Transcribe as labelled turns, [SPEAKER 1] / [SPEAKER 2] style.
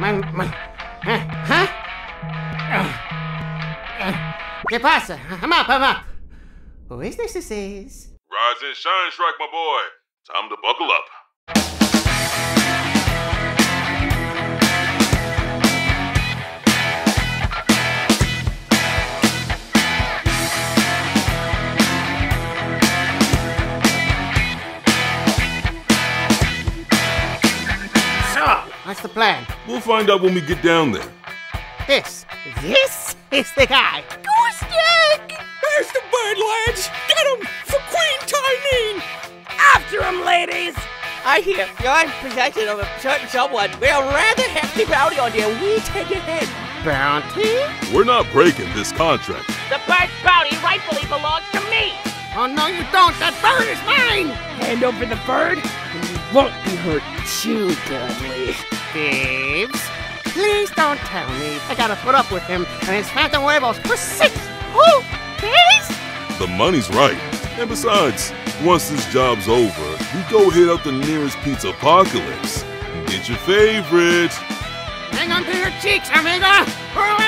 [SPEAKER 1] Man, man. Eh, ¿Ah? Ah, ah. ¿Qué pasa? I'm up, I'm up. Who is this? This is.
[SPEAKER 2] Rise and shine, Shrek, my boy. Time to buckle up.
[SPEAKER 1] What's the plan?
[SPEAKER 2] We'll find out when we get down there.
[SPEAKER 1] This. This is the guy.
[SPEAKER 3] Gooseneck!
[SPEAKER 4] There's the bird, lads! Get him for Queen Tyneen!
[SPEAKER 3] After him, ladies!
[SPEAKER 5] I hear you're in possession of a certain someone with a rather hefty bounty on their wee tiny head.
[SPEAKER 1] Bounty?
[SPEAKER 2] We're not breaking this contract.
[SPEAKER 3] The bird's bounty rightfully belongs to me!
[SPEAKER 1] Oh, no, you don't. That bird is mine.
[SPEAKER 3] Hand over the bird, and you won't be hurt too badly.
[SPEAKER 1] Thieves. Please don't tell me. I gotta put up with him and his phantom werewolves for six whole days?
[SPEAKER 2] The money's right. And besides, once this job's over, you go hit up the nearest pizza apocalypse and get your favorite.
[SPEAKER 1] Hang on to your cheeks, amigo. Hurry!